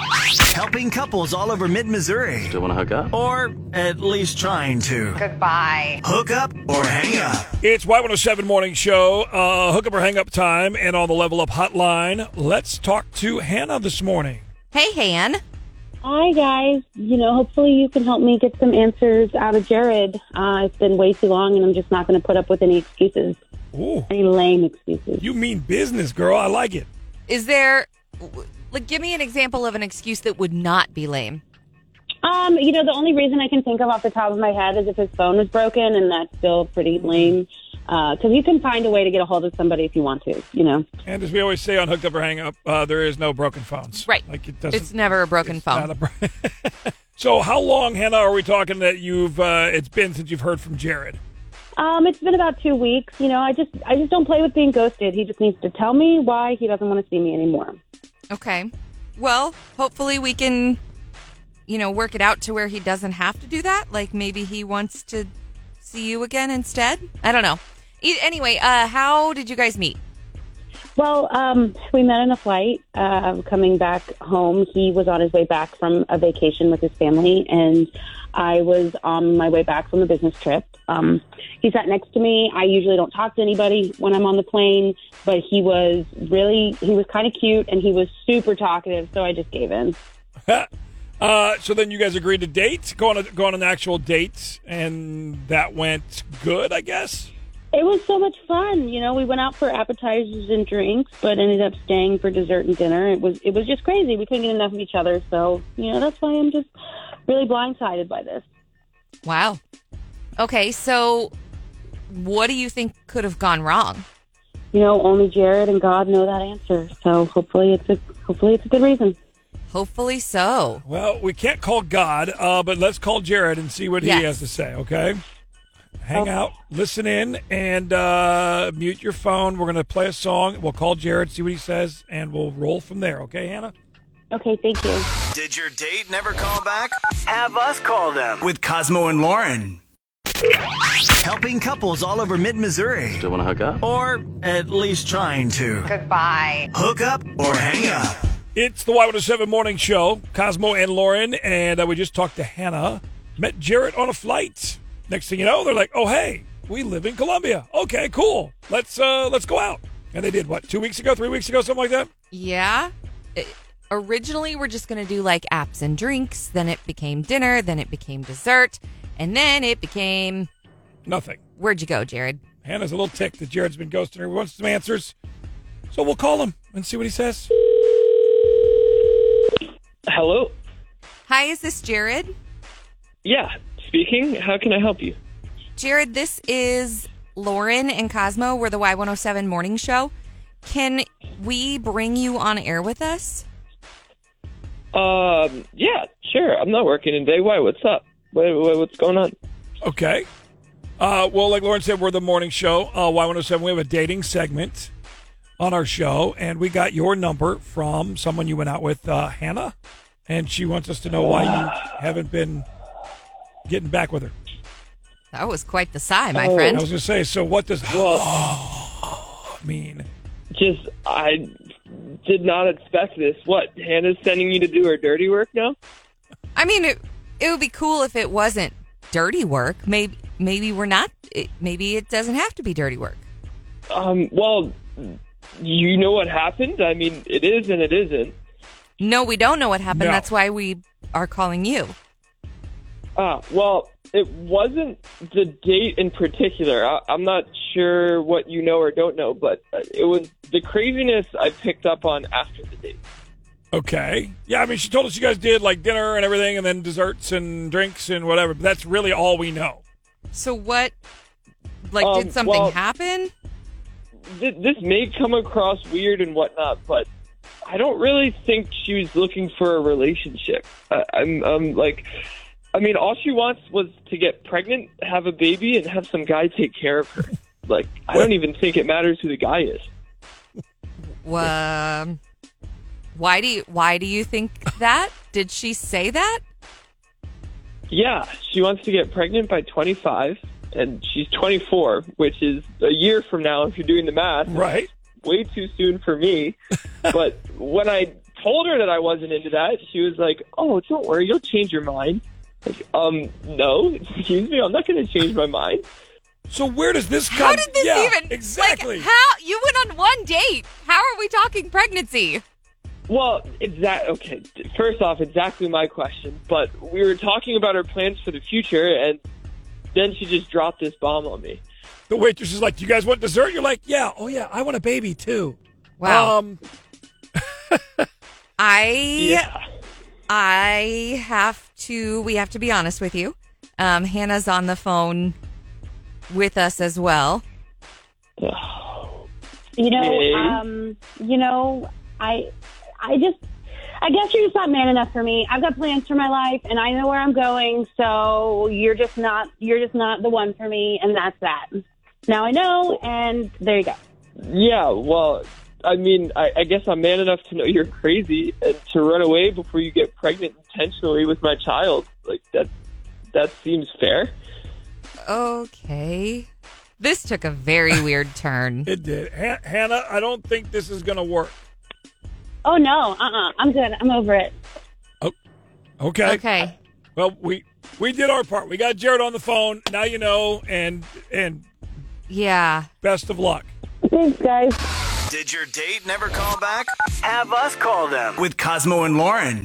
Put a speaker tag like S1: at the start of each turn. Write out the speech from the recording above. S1: Helping couples all over mid Missouri.
S2: Do you want to hook up?
S1: Or at least trying to.
S3: Goodbye.
S1: Hook up or hang up.
S4: It's Y107 Morning Show, uh, hook up or hang up time, and on the Level Up Hotline. Let's talk to Hannah this morning.
S3: Hey, Han.
S5: Hi, guys. You know, hopefully you can help me get some answers out of Jared. Uh, it's been way too long, and I'm just not going to put up with any excuses,
S4: Ooh,
S5: any lame excuses.
S4: you mean business, girl. I like it.
S3: Is there, like, give me an example of an excuse that would not be lame.
S5: Um, you know, the only reason I can think of off the top of my head is if his phone was broken, and that's still pretty lame. Because you can find a way to get a hold of somebody if you want to, you know.
S4: And as we always say on Hooked Up or Hang Up, uh, there is no broken phones.
S3: Right.
S4: Like it doesn't.
S3: It's never a broken
S4: not
S3: phone.
S4: a bro- so, how long, Hannah, are we talking that you've? Uh, it's been since you've heard from Jared.
S5: Um, it's been about two weeks. You know, I just, I just don't play with being ghosted. He just needs to tell me why he doesn't want to see me anymore.
S3: okay. Well, hopefully we can, you know, work it out to where he doesn't have to do that. Like, maybe he wants to see you again instead. I don't know. E- anyway, uh, how did you guys meet?
S5: Well, um, we met on a flight uh, coming back home. He was on his way back from a vacation with his family, and I was on my way back from a business trip. Um, he sat next to me. I usually don't talk to anybody when I'm on the plane, but he was really, he was kind of cute and he was super talkative, so I just gave in.
S4: Uh, so then you guys agreed to date, go on a, go on an actual date, and that went good, I guess.
S5: It was so much fun. You know, we went out for appetizers and drinks, but ended up staying for dessert and dinner. It was it was just crazy. We couldn't get enough of each other, so you know that's why I'm just really blindsided by this.
S3: Wow. Okay, so what do you think could have gone wrong?
S5: You know, only Jared and God know that answer. So hopefully it's a hopefully it's a good reason.
S3: Hopefully so.
S4: Well, we can't call God, uh, but let's call Jared and see what
S3: Yes.
S4: he has to say. Okay. Hang out, listen in, and uh, mute your phone. We're gonna play a song. We'll call Jared, see what he says, and we'll roll from there. Okay, Hannah.
S5: Okay, thank you.
S1: Did your date never call back? Have us call them. With Cosmo and Lauren. Helping couples all over mid Missouri.
S2: Do you want to hook up?
S1: Or at least trying to.
S3: Goodbye.
S1: Hook up or hang up.
S4: It's the Y107 Morning Show. Cosmo and Lauren, and uh, we just talked to Hannah. Met Jarrett on a flight. Next thing you know, they're like, "Oh hey, we live in Columbia. Okay, cool. Let's uh let's go out." And they did what? Two weeks ago, three weeks ago, something like that.
S3: Yeah. It- originally, we're just going to do like apps and drinks. Then it became dinner. Then it became dessert. And then it became
S4: Nothing.
S3: where'd you go, Jared?
S4: Hannah's a little ticked that Jared's been ghosting her. We want some answers, so we'll call him and see what he says.
S6: Hello.
S3: Hi, is this Jared?
S6: Yeah, speaking. How can I help you?
S3: Jared, this is Lauren and Cosmo. We're the Y107 morning show. Can we bring you on air with us?
S6: Um, yeah, sure. I'm not working today. Why? What's up? What, what, what's going on?
S4: Okay. Uh, well, like Lauren said, we're the morning show, uh, Y107. We have a dating segment on our show, and we got your number from someone you went out with, uh, Hannah, and she wants us to know why you haven't been getting back with her.
S3: That was quite the sigh, my
S6: Oh.
S4: I
S3: friend.
S4: was going to say, so what does
S6: Well,
S4: mean?
S6: just I did not expect this. What? Hannah's sending you to do her dirty work now?
S3: I mean, it, it would be cool if it wasn't dirty work. Maybe maybe we're not. It, maybe it doesn't have to be dirty work.
S6: Um, well, you know what happened. I mean, it is and it isn't.
S3: No, we don't know what happened.
S4: No.
S3: That's why we are calling you.
S6: Ah, well, it wasn't the date in particular. I, I'm not sure what you know or don't know, but uh, it was the craziness I picked up on after the date.
S4: Okay. Yeah, I mean, she told us you guys did like dinner and everything, and then desserts and drinks and whatever, but that's really all we know.
S3: So what? Like,
S6: Um,
S3: did something
S6: well-
S3: happen?
S6: th- this may come across weird and whatnot, but I don't really think she was looking for a relationship. I, I'm, I'm like, I mean, all she wants was to get pregnant, have a baby, and have some guy take care of her. Like, I don't even think it matters who the guy is.
S3: Um, why do you, why do you think that? Did she say that?
S6: Yeah, she wants to get pregnant by 25, and she's 24, which is a year from now if you're doing the math.
S4: Right.
S6: way too soon for me. but when I told her that I wasn't into that, she was like, "Oh, don't worry, you'll change your mind." Like, um, no, excuse me, I'm not going to change my mind.
S4: So where does this come?
S3: How did this
S4: yeah,
S3: even
S4: exactly?
S3: Like, how you went on one date? How are we talking pregnancy?
S6: Well, exact. Okay, first off, exactly my question. But we were talking about her plans for the future, and then she just dropped this bomb on me.
S4: the waitress is like, "Do you guys want dessert?" You're like, "Yeah, oh yeah, I want a baby too."
S3: Wow.
S4: Um,
S3: I
S6: Yeah.
S3: I have to. We have to be honest with you. Um, Hannah's on the phone with us as well.
S5: You know,
S6: Okay.
S5: um, you know, I, I just, I guess you're just not man enough for me. I've got plans for my life, and I know where I'm going. So you're just not, you're just not the one for me, and that's that. Now I know, and there you go.
S6: Yeah, well, I mean, I, I guess I'm man enough to know you're crazy and to run away before you get pregnant intentionally with my child. Like that, that seems fair.
S3: Okay. This took a very weird turn.
S4: it did. Han- Hannah, I don't think this is gonna work.
S5: Oh no, uh-uh, I'm good. I'm over it.
S4: Okay.
S3: Okay.
S4: Well, we we did our part. We got Jared on the phone. Now you know, and and
S3: Yeah.
S4: best of luck.
S5: Thanks, guys.
S1: Did your date never call back? Have us call them. With Cosmo and Lauren.